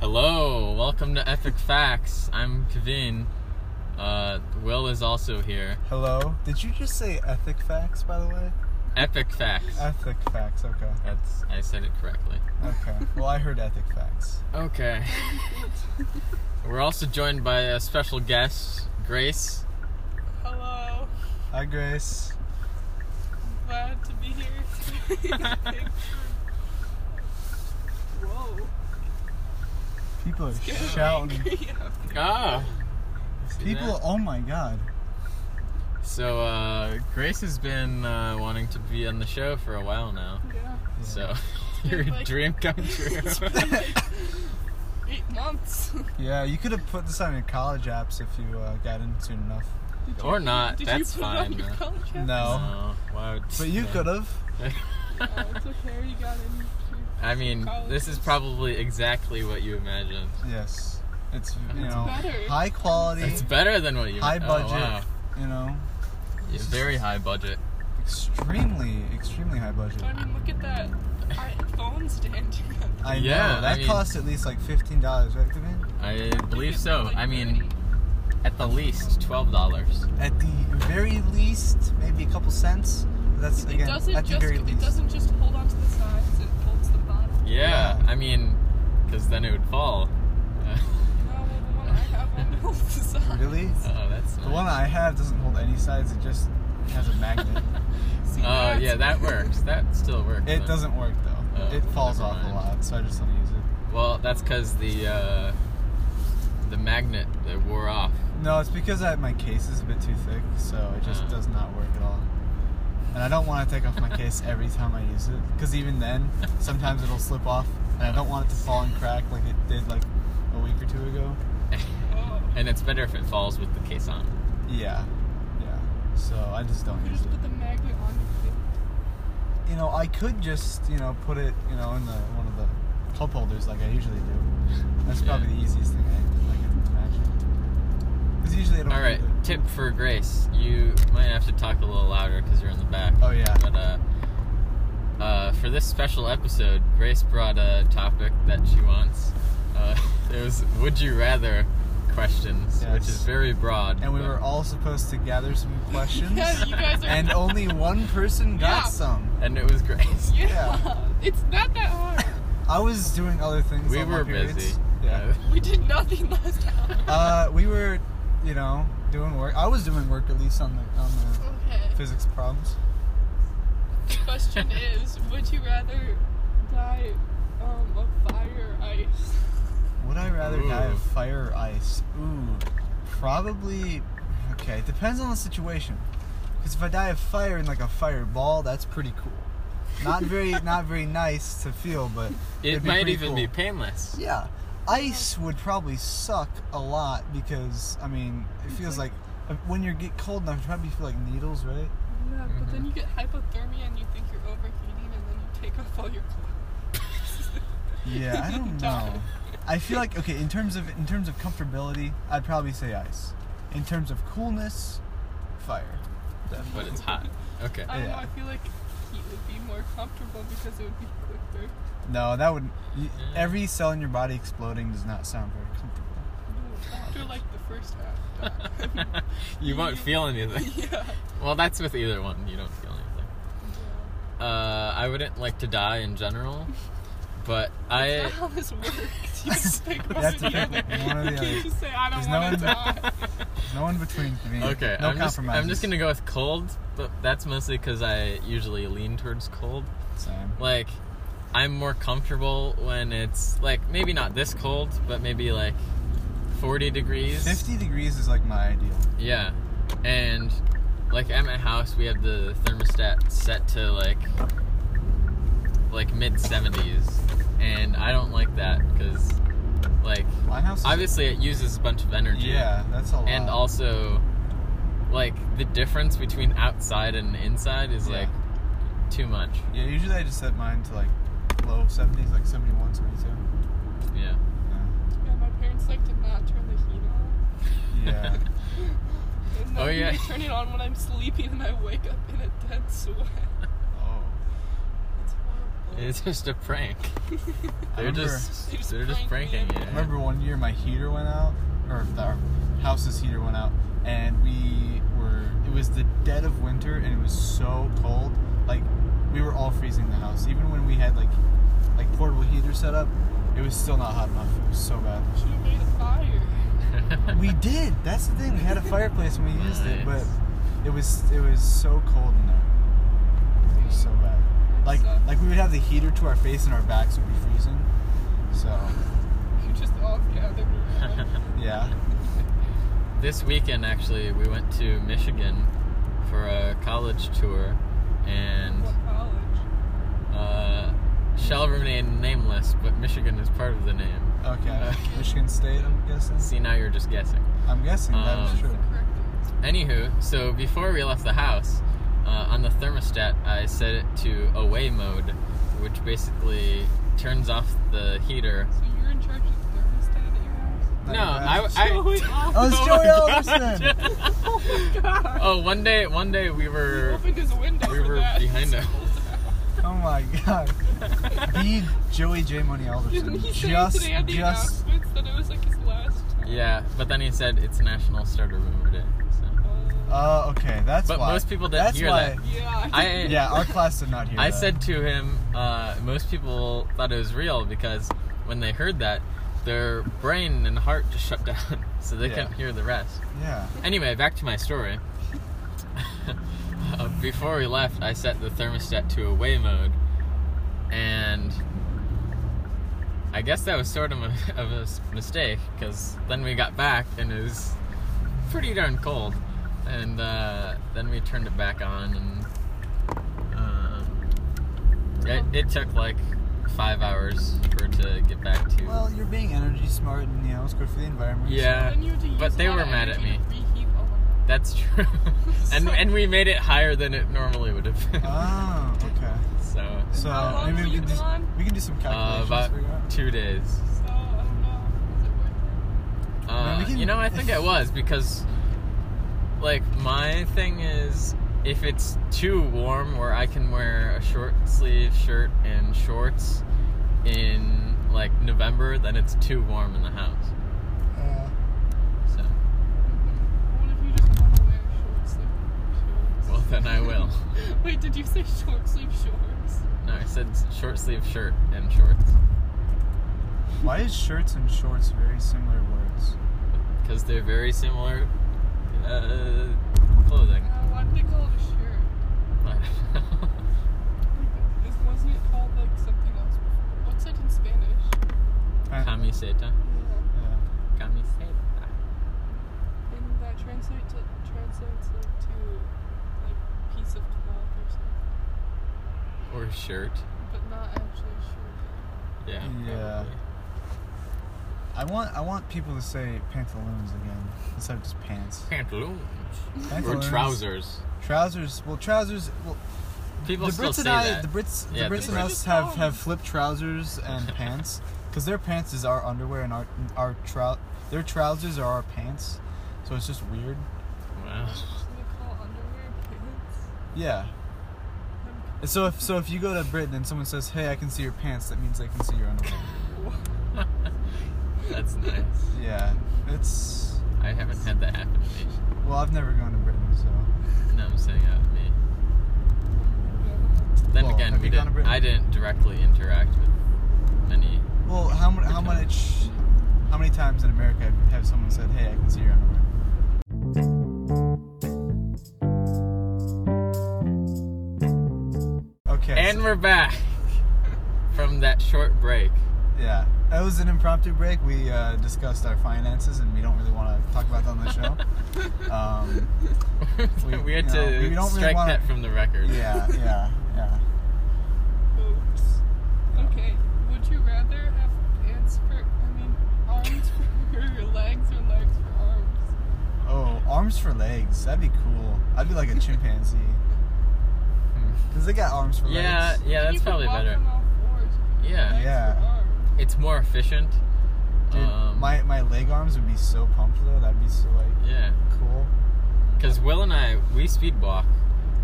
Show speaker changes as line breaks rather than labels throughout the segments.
Hello, welcome to Epic Facts. I'm Kevin. Uh, Will is also here.
Hello. Did you just say ethic facts, by the way?
Epic Facts.
Ethic facts. Okay.
That's I said it correctly.
Okay. Well, I heard ethic facts.
Okay. We're also joined by a special guest, Grace.
Hello.
Hi, Grace.
Glad to be here. Thanks for- Whoa.
People are
Getting
shouting.
angry out there.
Ah. See
People.
that?
Oh my God.
So uh, Grace has been uh, wanting to be on the show for a while now.
Yeah.
Yeah.
So your
Like-
dream come true.
Eight months.
Yeah, you could have put this on your college apps if you uh, got in soon enough.
Did
Or
you-
not,
Did
that's
you put it on
fine,
your
though.
college app?
No.
No, why would-
But you
yeah.
could have.
Oh, it's okay. You got in.
I mean, this is probably exactly what you imagined.
Yes. It's you
It's
know
better.
high quality,
It's better than what you
high
oh,
budget.
wow.
You know,
Yeah, very high budget.
extremely, extremely high budget.
I mean, look at that iPhone stand you got.
I
Yeah, I
know that
mean-
cost at least like fifteen dollars, right, Kevin?
I
You
believe
could
so.
probably
I mean,
already-
at the least twelve dollars.
At the very least, maybe a couple cents. But that's
it
again
doesn't
at the
just.
very
It
least.
doesn't just hold onto the sides. It holds the bottom.
Yeah,
Yeah.
I mean, because then it would fall. Uh,
No, Oh, well, the one I have only holds the sides.
Really?
oh, that's
The one
nice.
I have doesn't hold any sides. It just has a magnet.
See,
Oh
that's
yeah, that
better.
works. That still works.
it
though.
doesn't work though.
Oh,
it falls
never
off
mind.
a lot, so I just don't use it.
Well, that's because the uh, the magnet that wore off.
No, it's because I my case is a bit too thick, so it just
Uh.
does not work at all. And I don't want to take off my case every time I use it, because even then, sometimes it'll slip off, and I don't want it to fall and crack like it did like a week or two ago.
Oh.
And it's better if it falls with the case on.
Yeah, yeah. So I just don't
You
use
just
it.
put the magnet on your face.
You know, I could just you know put it you know in the one of the cup holders like I usually do. That's
Yeah.
probably the easiest thing I, I can imagine. Because usually I don't.
All right,
do the-
tip for Grace. You might have to talk a little louder because you're in the back.
Oh yeah.
But uh, uh, for this special episode, Grace brought a topic that she wants. Uh, it was "Would you rather" questions, which
Yes.
is very broad.
and we
but-
were all supposed to gather some questions,
Yeah, you guys are.
and only one person got
Yeah.
some.
and it was Grace.
yeah.
Yeah.
It's not that hard.
I was doing other things.
we
on my
were
periods.
busy. Uh,
Yeah.
We did nothing last hour.
Uh, we were, you know, doing work. I was doing work at least on the on
Mm-hmm.
the
Okay.
physics problems.
The question is, would you rather die um, of fire or ice?
Would I rather
Ooh.
die of fire or ice? Ooh, probably. Okay, it depends on the situation. Because if I die of fire in like a fireball, that's pretty cool. Not very, not very nice to feel, but
it
it'd be
might
pretty
even
cool.
be painless.
Yeah. Ice would probably suck a lot because I mean it feels like uh, when you get cold enough, you probably feel like needles, right?
Yeah, but then you get hypothermia and you think you're overheating, and then you take off all your clothes.
Yeah, I don't
Die.
know. I feel like okay in terms of in terms of comfortability, I'd probably say ice. In terms of coolness, fire.
But it's hot. Okay.
I don't know.
Yeah.
I feel like heat would be more comfortable because it would be quicker.
No, that would you,
Yeah.
every cell in your body exploding does not sound very comfortable.
After like the first half.
you won't feel anything.
yeah.
Well, that's with either one. You don't feel anything. Uh, I wouldn't like to die in general, but
That's
I
not how this works. You just pick one or
That's
the other.
it, one or the
You
other.
can't just say I
There's
don't
no
want to
in-
die.
There's no in between for me.
okay.
no
I'm just
compromises.
I'm just gonna go with cold, but that's mostly because I usually lean towards cold.
Same.
Like I'm more comfortable when it's like maybe not this cold, but maybe like 40 degrees.
Fifty degrees is like my ideal.
Yeah, and like at my house we have the thermostat set to like like mid 70s, and I don't like that because like
My house. Is,
obviously it uses a bunch of energy.
Yeah, that's a lot.
And also, like the difference between outside and inside is
Yeah.
like too much.
Yeah, usually I just set mine to like low 70s, like 71, 72.
Yeah.
Yeah.
Yeah, my parents like to not turn the heat on.
Yeah.
And then
Oh, yeah.
I turn it on when I'm sleeping and I wake up in a dead sweat.
Oh.
It's horrible.
It's just a prank.
I
They're
remember-
just
They just
they're just
pranked
pranking
me.
you.
I remember one year my heater went out, or the, our house's heater went out, and we were. It was the dead of winter, and it was so cold. Like we were all freezing in the house, even when we had like like portable heater set up. It was still not hot enough. It was so bad.
Should have made a fire.
We did. That's the thing. We had a fireplace and we used it, but
Nice.
it was it was so cold in there. It was so bad. Like
Sucks.
like we would have the heater to our face and our backs would be freezing. So
You just all gathered around.
yeah.
this weekend actually we went to Michigan for a college tour and um,
What college?
uh, shall remain nameless, but Michigan is part of the name.
Okay. Michigan State. I'm guessing.
See now you're just guessing.
I'm guessing that
Um,
was true.
Correct answer.
Anywho, so before we left the house, uh, on the thermostat, I set it to away mode, which basically turns off the heater.
So you're in charge of the thermostat at your house?
Not
no,
bad.
I. I
Joey
Oh,
Alderson.
it's Joey
my
Alderson.
gosh.
Oh my god.
oh, one day, one day we were.
opened his window.
we
for
were
that.
behind him.
Oh my god. The Joey J Money Alderson.
Didn't he say
just
today at the
just
announcements that it was like his last?
yeah, but then he said it's National Starter Remover Day. So.
Uh,
uh, okay, that's
But
why.
most people didn't
that's
hear
why,
yeah.
I-
didn't-
Yeah, our class did not hear
I
that.
said to him, uh, most people thought it was real because when they heard that, their brain and heart just shut down, so they
Yeah.
couldn't hear the rest.
Yeah.
Anyway, back to my story. Uh, Before we left, I set the thermostat to away mode, and I guess that was sort of a, of a s- mistake because then we got back and it was pretty darn cold, and uh, then we turned it back on, and um, it, it took like five hours for it to get back to.
Well, you're being energy smart and you know it's good for the environment.
yeah,
Then you had to use
but they
a lot
were
of
mad at
energy
me.
to reheat all of
That's true. and and we made it higher than it normally would have been.
So. Oh, okay.
so
So
How long
maybe
were
we
you
can, just,
gone?
we can do some
uh,
calculations.
about
figure out.
two days.
it. So I don't know. Is it worth
Uh,
we can-
you know, I think it was because like my thing is if it's too warm where I can wear a short sleeve shirt and shorts in like November, then it's too warm in the house.
Uh,
So
it? Mhm. What if you just want to wear short sleeve shorts?
well then I will.
Wait, did you say short sleeve shorts?
no, I said short sleeve shirt and shorts
why is shirts and shorts very similar words?
because they're very similar uh, clothing.
Uh, why did they call it a shirt?
Uh,
I don't know.
Like, this wasn't it called like something else before? What's it in Spanish?
Uh,
Camiseta.
Yeah.
yeah.
Camiseta.
And that translates to, translates like to like piece of cloth or something,
Or shirt.
but not actually shirt.
Yeah.
Yeah. I want I want people to say pantaloons again instead of just pants.
probably. Pantaloons.
Pantaloons.
Or trousers.
Trousers. Well, trousers. Well,
People
the
still
Brits
say
and I,
that.
the Brits,
Yeah, the
the Brits and
Brits.
us have have flipped trousers and pants because their pants is our underwear and our our trou- their trousers are our pants, so it's just weird.
wow.
Should we call underwear pants?
Yeah. And So if so if you go to Britain and someone says, "Hey, I can see your pants," that means they can see your underwear.
That's nice.
yeah, it's
I haven't had that happen to me.
well, I've never gone to Britain, so
No, I'm saying that with me.
Yeah.
Then
Well,
again,
have
we
you gone to
didn't,
Britain?
I didn't directly interact with many.
well, how mu- how much how many times in America have- have someone said, "Hey, I can see your underwear"? Okay.
And we're back from that short break.
Yeah, that was an impromptu break. We uh, discussed our finances, and we don't really want to talk about that on the show. Um,
we,
We-
had
you know,
to
we don't really
strike
wanna-
that from the record.
yeah, yeah, yeah.
Oops. Okay. Would you rather have pants for I mean arms for your legs or legs for arms?
Oh, arms for legs. That'd be cool. I'd be like a chimpanzee.
Hmm.
Cause they got arms for
Yeah, yeah,
legs.
And you
that's
could
probably
walk
better.
on all fours if you
Yeah.
had legs
Yeah.
For arms.
It's more efficient.
Dude,
um,
my my leg arms would be so pumped though. That'd be so like
yeah.
cool.
Because Will and I we speed walk,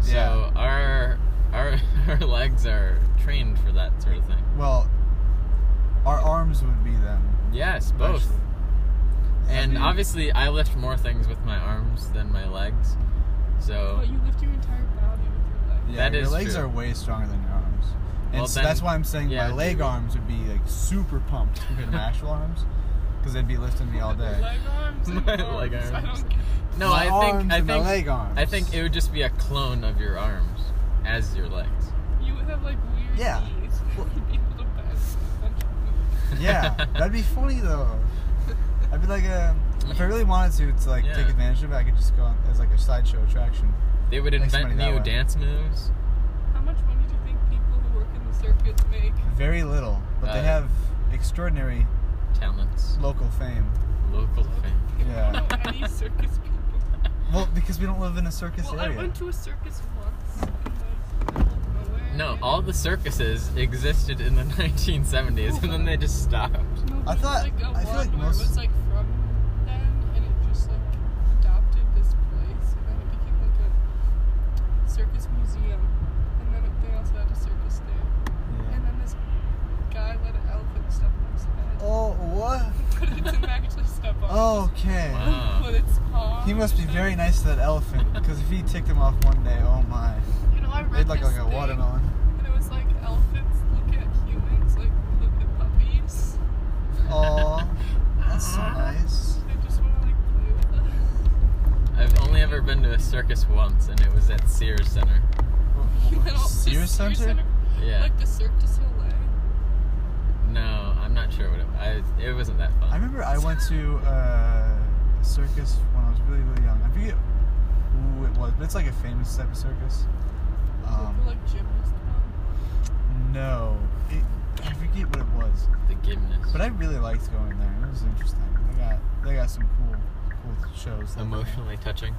so
Yeah.
our our our legs are trained for that sort of thing.
Well, our arms would be them.
Yes, both.
actually.
And
I mean,
obviously, I lift more things with my arms than my legs, so
But you lift your entire body with your legs.
yeah,
that
your
is
legs
true.
are way stronger than your arms. And
Well,
so
then-
that's why I'm saying
yeah,
my
they
leg
would.
arms would be like super pumped compared to my actual arms, because they'd be lifting me all day.
Leg arms and
My
arms.
leg
I
arms.
don't get
no.
my
I
arms
think I
and my
think
leg arms.
I think it would just be a clone of your arms as your legs.
You would have like weird
Yeah.
knees.
Well-
You'd be able to balance a bunch of moves.
Yeah, that'd be funny though. I'd be like a. If I really wanted to, to like
Yeah.
take advantage of it, I could just go on as like a sideshow attraction.
They would
Makes
invent
money that
new
way.
dance moves.
How much money do you think people who work in the circus make?
Very little, but they
Uh,
have extraordinary
talents,
local fame.
local fame.
Yeah.
I don't know any circus people.
Well, because we don't live in a circus
well, I
area.
went to a circus once in like middle of nowhere.
No, all the circuses existed in the 1970s, and then they just stopped.
No,
I
but,
thought-
Like, a
I feel like
Waldorf
most-
was like from then, and it just like adopted this place, and then it became like a circus museum, and then they also had a circus there,
Yeah.
and then this guy let an elephant step on his head.
Oh, what?
but it didn't actually step on.
Okay.
Wow.
But it's paw.
He must be very nice to that elephant, because if he ticked him off one day, oh my.
You know, I read
They'd look
this
like a
thing,
watermelon.
And it was like elephants look at humans like look at puppies.
Aw, that's so
Uh-huh.
nice.
They just want to like play with us.
I've only ever been to a circus once, and it was at Sears Center.
You know, just
Sears Center?
Yeah.
Like the Cirque du Soleil.
No, I'm not sure what it. I it wasn't that
I
fun.
remember I went to uh, a circus when I was really, really young. I forget who it was, but it's like a famous type of circus.
the,
Um,
like gymnast one.
no, it, I forget what it was,
The gymnast.
but I really liked going there. It was interesting. They got they got some cool cool shows. that they had.
Emotionally touching.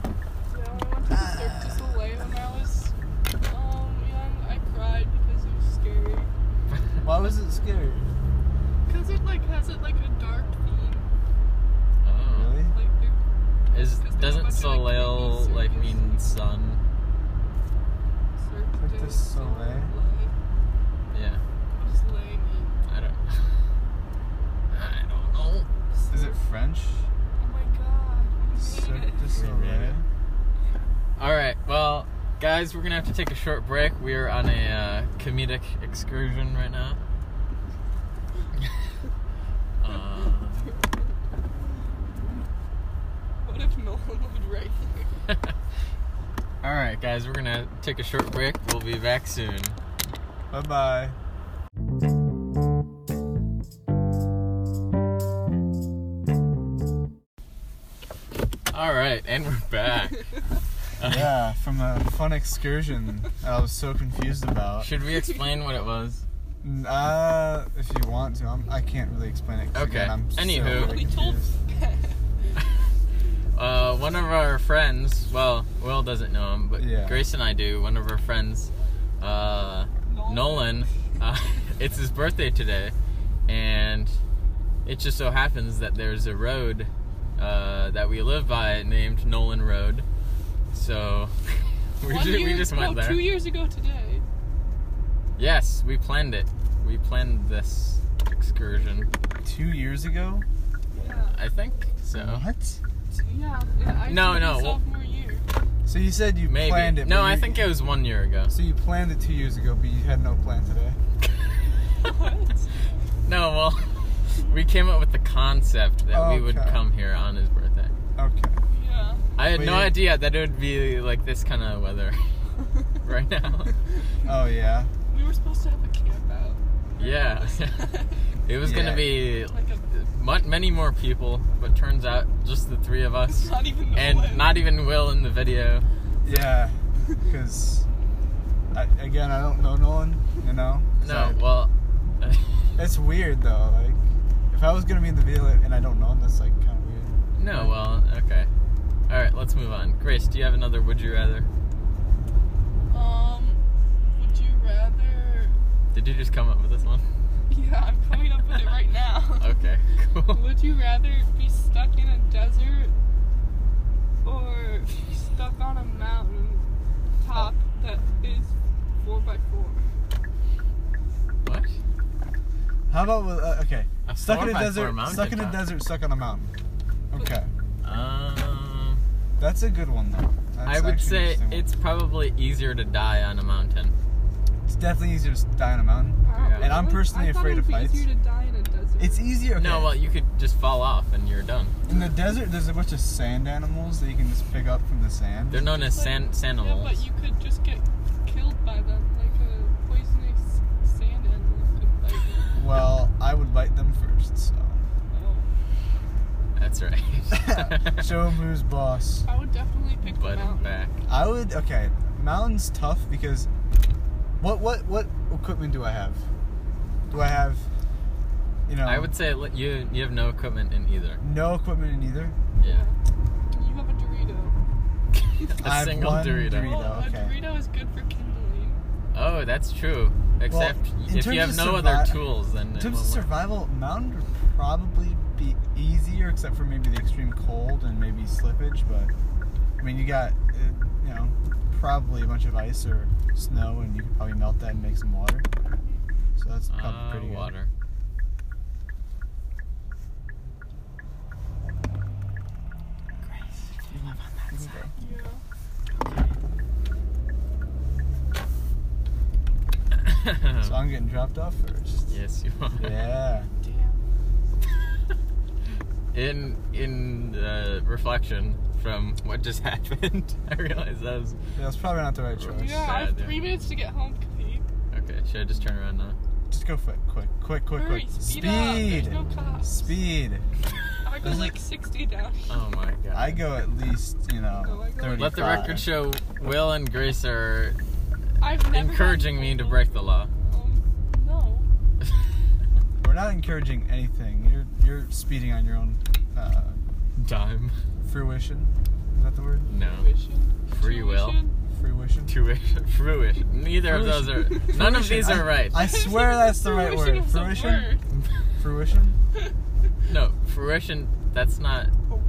Yeah, I went to the Cirque du Soleil when I was um young. I cried because it was scary.
Why was it scary?
Because it like has it like a dark theme.
Oh.
Really?
Like they're
Is
Because they
doesn't
have a bunch of, like,
Soleil
creepy
like
circus
mean sun?
Cirque
Cirque du Soleil.
Yeah.
I was laying in.
I don't. I don't know.
Is it French?
Oh my god, we made it.
Cirque du
We made
Soleil.
it. All right. Well, guys, we're gonna have to take a short break. We are on a uh, comedic excursion right now. uh,
What if Nolan lived right here?
All right, guys, we're gonna take a short break. We'll be back soon.
Bye bye.
All right, and we're back.
Yeah, from a fun excursion that I was so confused about.
Should we explain what it was?
N- Uh, if you want to, I'm, I can't really explain it. 'cause
Okay,
Again, I'm still
anywho.
really
We told
confused.
Uh, one of our friends, well, Will doesn't know him, but
Yeah.
Grace and I do. One of our friends, uh, Nolan, uh, it's his birthday today, and it just so happens that there's a road uh, that we live by named Nolan Road. So we,
One
ju-
year,
we just
no,
went there.
two years ago today.
Yes, we planned it. We planned this excursion.
Two years ago.
Yeah.
I think so.
What?
Yeah. yeah I
No,
took
no,
my
well-
Sophomore year.
So you said you
Maybe.
planned it.
no,
but
I
you-
think it was one year ago.
So you planned it two years ago, but you had no plan today.
What?
No, well, we came up with the concept that we would
Okay.
come here on his birthday.
Okay.
Yeah.
I had
But
no
you-
idea that it would be like this kind of weather right now.
Oh yeah.
we were supposed to have a camp out.
Yeah. It was
Yeah.
gonna be
like a,
mu many more people, but turns out just the three of us
not even the
and
one.
not e- even Will in the video.
Yeah. Because again, I don't know Nolan. You know. 'Cause
No,
I-
well,
It's weird though. Like, if I was gonna be in the video and I don't know him, that's like kind of weird.
no, well, okay. All right, let's move on. Grace, do you have another would you rather?
Um, would you rather?
Did you just come up with this one?
Yeah, I'm coming up with it right now.
Okay, cool.
Would you rather be stuck in a desert or be stuck on a mountain top that is four by four.
What?
How about with, uh, okay?
A
Stuck in a
4x4
desert.
mountain
Stuck in a
top.
desert. Stuck on a mountain. Okay,
Um,
that's a good one though. That's
I would
actually an
say
interesting one.
it's probably easier to die on a mountain.
it's definitely easier to die on a mountain.
Wow,
And
I'm
really?
personally
I thought
afraid
it would
of
be
heights.
easier to die in a desert.
It's easier. Okay.
No, well, you could just fall off and you're done.
in the desert, there's a bunch of sand animals that you can just pick up from the sand.
They're known as
But-
san-
Yeah,
sanimals.
but you could just get killed by them, like a poisonous sand animal could bite you.
Well, I would bite them first. So
Oh,
That's right.
show 'em who's boss.
I would definitely pick
Butt
the
and
mountain.
back.
I would okay. Mountains tough because what what what equipment do I have? Do I have you know?
I would say li- you you have no equipment in either.
no equipment in either.
Yeah.
You have a Dorito.
A
I have
single
one
Dorito.
Dorito.
Oh, a
okay.
Dorito is good for kindling.
Oh, that's true. Except
in
if
terms
you have
of
no
survi-
other tools, then
In
it
terms of
won't work.
survival, mountain would probably be easier, except for maybe the extreme cold and maybe slippage. But I mean, you got uh, you know probably a bunch of ice or snow, and you can probably melt that and make some water. So that's probably
Uh,
pretty good.
water.
Yeah.
So I'm getting dropped off first.
yes, you are.
Yeah.
Damn.
In in uh, reflection from what just happened, I realized that was
That's probably not the right choice.
Yeah, I
sad,
have
yeah.
three minutes to get home, Kate.
okay. Should I just turn around now?
Just go quick, quick, quick, quick,
Hurry,
quick.
speed, up. There's no cops.
Speed.
I go like 60 down.
Oh my god.
I go at least, you
No,
know,
I go-
thirty.
Let the record show Will and Grace are
I've never had
encouraging me to
trouble.
break the law.
Um, no.
We're not encouraging anything. You're you're speeding on your own uh,
Dime.
fruition. Is that the word?
No.
Tuition.
Free will.
Tuition.
Fruition.
Tuition. Fruition. Neither of those are. None of these
Fruition.
are right.
I swear that's the right
Fruition
word.
is a
Fruition.
word.
Fruition.
No, fruition. That's not.
A word.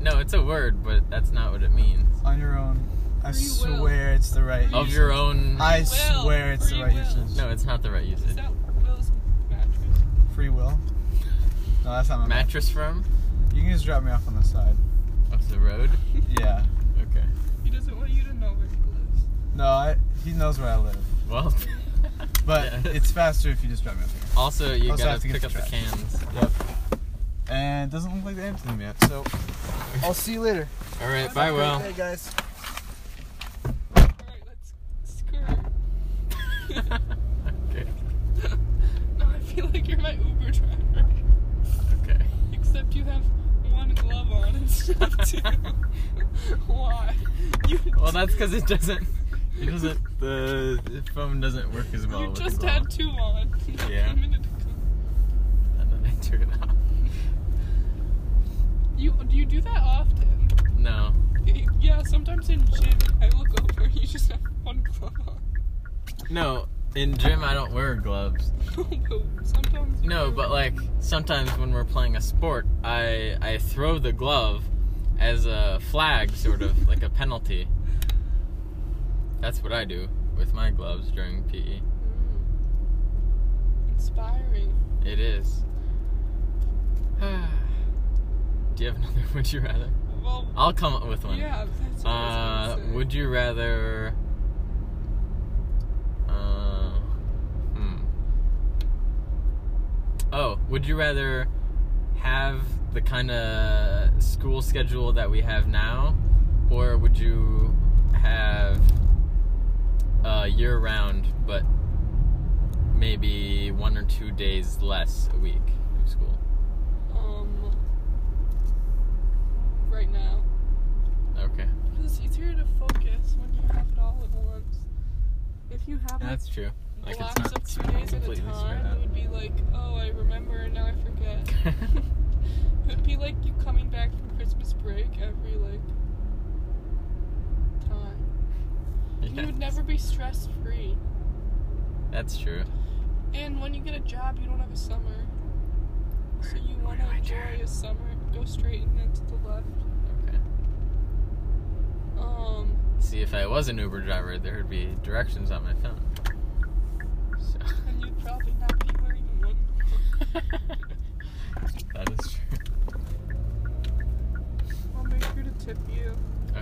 No, it's a word, but that's not what it means.
On your own. I
Free will.
swear it's the right.
Of
usage.
your own.
I
Will.
swear it's
Free
the right
will.
usage.
No, it's not the right
Is
usage.
that Will's mattress?
Free will. No, that's not my match.
Mattress firm
You can just drop me off on the side.
of the road.
Yeah.
Okay.
He doesn't want you to know where he lives.
No, I, he knows where I live.
Well.
But
Yeah.
it's faster if you just drive me up here.
Also, you
Also
gotta
have to get
pick up
the
the
trash.
cans.
Yep. And it doesn't look like they emptied them yet. So I'll see you later.
All right. Bye, Will.
Hey guys.
Alright, let's skirt.
okay.
Now I feel like you're my Uber driver.
Okay.
Except you have one glove on instead of two. Why? You,
Well, that's because it doesn't. It doesn't. The the phone doesn't work as well.
you
with the
just
glove.
had two on. like,
Yeah.
A minute ago.
And then I took it off.
You do you do that often?
No.
Yeah, sometimes in gym I look over you just have one glove on.
No. In gym, I don't wear gloves.
but sometimes. you Mm.
No,
do.
but like sometimes when we're playing a sport, I I throw the glove as a flag, sort of like a penalty. That's what I do with my gloves during E. PE.
Mm. Inspiring.
It is. do you have another? Would you rather?
Well.
I'll come up with one.
yeah, that's what I was
Uh,
gonna say.
would you rather? Uh, hmm. Oh, would you rather have the kind of school schedule that we have now, or would you have uh, year round, but maybe one or two days less a week of school?
Um, right now.
Okay,
Because it's easier to focus when you have it all at once. If you have like,
that's true. Like it's
blocks
not
of two days at a
completely spread
time, it
out.
would be like, oh, I remember and now I forget. it would be like you coming back from Christmas break every like time. You
Yeah,
would never be stress free.
that's true.
And when you get a job, you don't have a summer. So you want
do
to
I
enjoy
turn?
a summer, go straight and then to the left.
Okay.
Um,
See, if I was an Uber driver, there would be directions on my phone. So.
and you'd probably not be where you would.
that is true.
I'll make sure to tip you.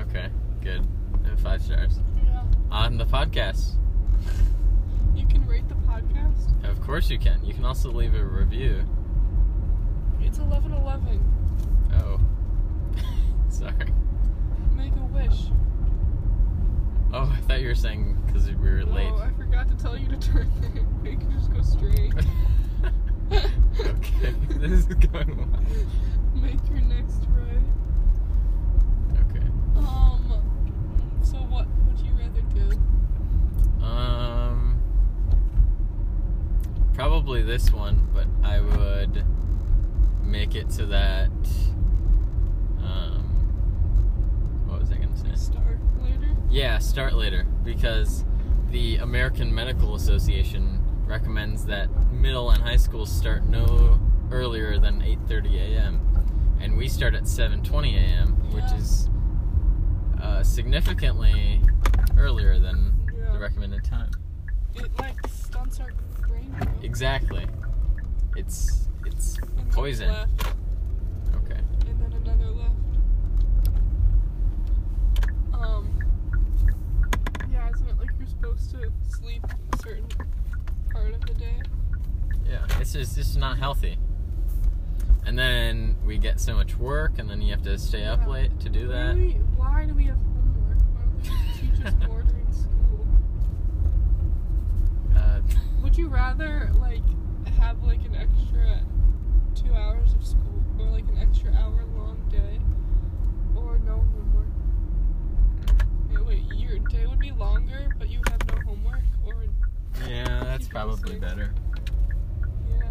Okay, good. And five stars.
Yeah.
On the podcast.
You can rate the podcast.
Of course you can. You can also leave a review.
It's 11:11.
Oh. Sorry.
Make a wish.
Oh, I thought you were saying because we were late.
Oh, I forgot to tell you to turn there. You can just go straight.
okay, this is going well.
Make your next right.
Okay.
Um. So what would you rather do?
Um, probably this one, but I would make it so that. Um, what was I gonna say?
Start later.
Yeah, start later because the American Medical Association recommends that middle and high schools start no earlier than 8:30 a.m. and we start at 7:20 a.m., which
Yeah.
is uh, significantly earlier than
Yeah.
the recommended time.
It like stunts our brain. growth.
Exactly. It's it's
And then
poison.
Left,
Okay.
and then another left. Um. Yeah, isn't it like you're supposed to sleep a certain part of the day?
Yeah. It's just it's not healthy. And then we get so much work, and then you have to stay up
Yeah.
late to do
Why
that.
do we, why do we have homework? Why don't they just teach us more during school?
Uh,
Would you rather like have like an extra two hours of school or like an extra hour long day or no homework? Yeah, wait, your day would be longer, but you have no homework or
yeah, that's
Keep
probably
busy.
better.
yeah.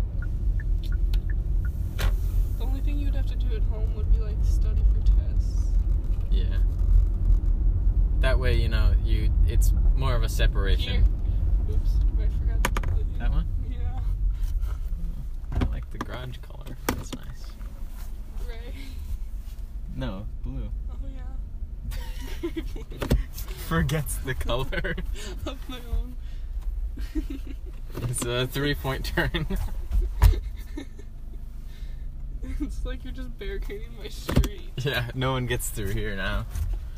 The only thing you'd have to do at home would be like study for tests.
Yeah. That way, you know, you it's more of a separation.
Here. Oops, I forgot to tell you.
That one?
Yeah.
I like the garage color. That's nice.
Right.
No, blue.
Oh yeah.
Forgets the color.
Of my own.
it's a three-point turn.
it's like you're just barricading my street.
yeah, no one gets through here now.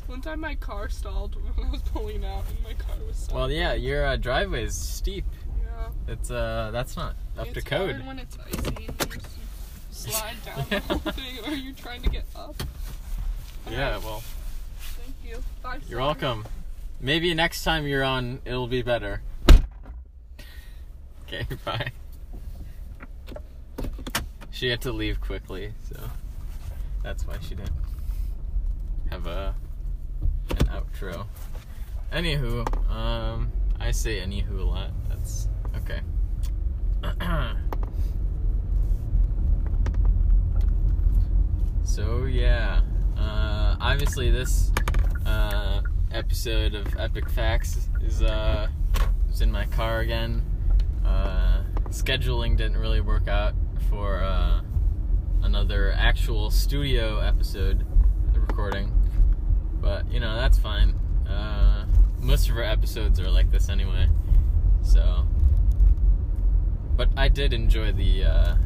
One time my car stalled when I was pulling out, and my car was stuck.
Well, yeah, your uh, driveway is steep.
yeah.
It's uh, that's not up
it's
to code.
Hard when it's icy and you just slide down the whole thing, or you're trying to get up.
Yeah, well,
Thank you. Bye.
you're
Sam.
welcome. Maybe next time you're on, it'll be better. Okay, bye. She had to leave quickly, so that's why she didn't have a an outro. Anywho, um, I say anywho a lot. That's okay. so yeah, uh, obviously this uh, episode of Epic Facts is uh is in my car again. Uh, scheduling didn't really work out for uh, another actual studio episode recording, but you know that's fine. Uh, most of our episodes are like this anyway, so. But I did enjoy the uh,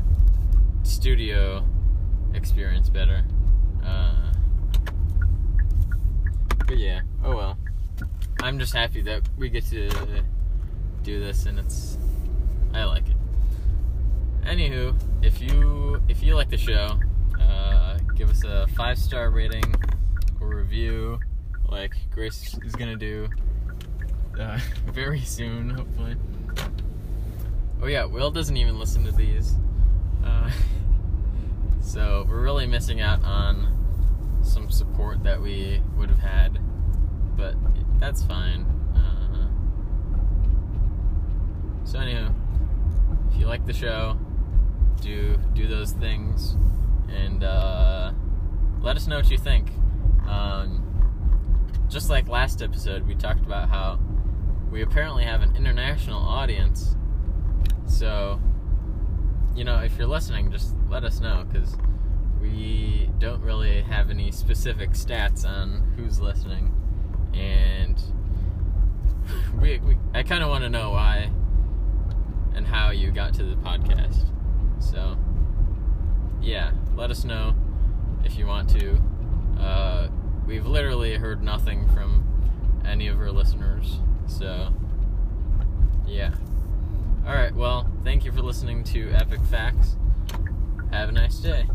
studio experience better. Uh, but yeah, oh well. I'm just happy that we get to do this, and it's I like it. Anywho, if you if you like the show, uh, give us a five star rating or review, like Grace is gonna do uh, very soon, hopefully. Oh yeah, Will doesn't even listen to these, uh, so we're really missing out on some support that we would have had, but that's fine. Uh, so anywho, if you like the show, do do those things, and uh, let us know what you think. Um, just like last episode, we talked about how we apparently have an international audience. So, you know, if you're listening, just let us know because we don't really have any specific stats on who's listening. and we, we I kind of want to know why and how you got to the podcast. So, yeah, let us know if you want to. Uh, we've literally heard nothing from any of our listeners, so yeah. All right, well, thank you for listening to Epic Facts. Have a nice day.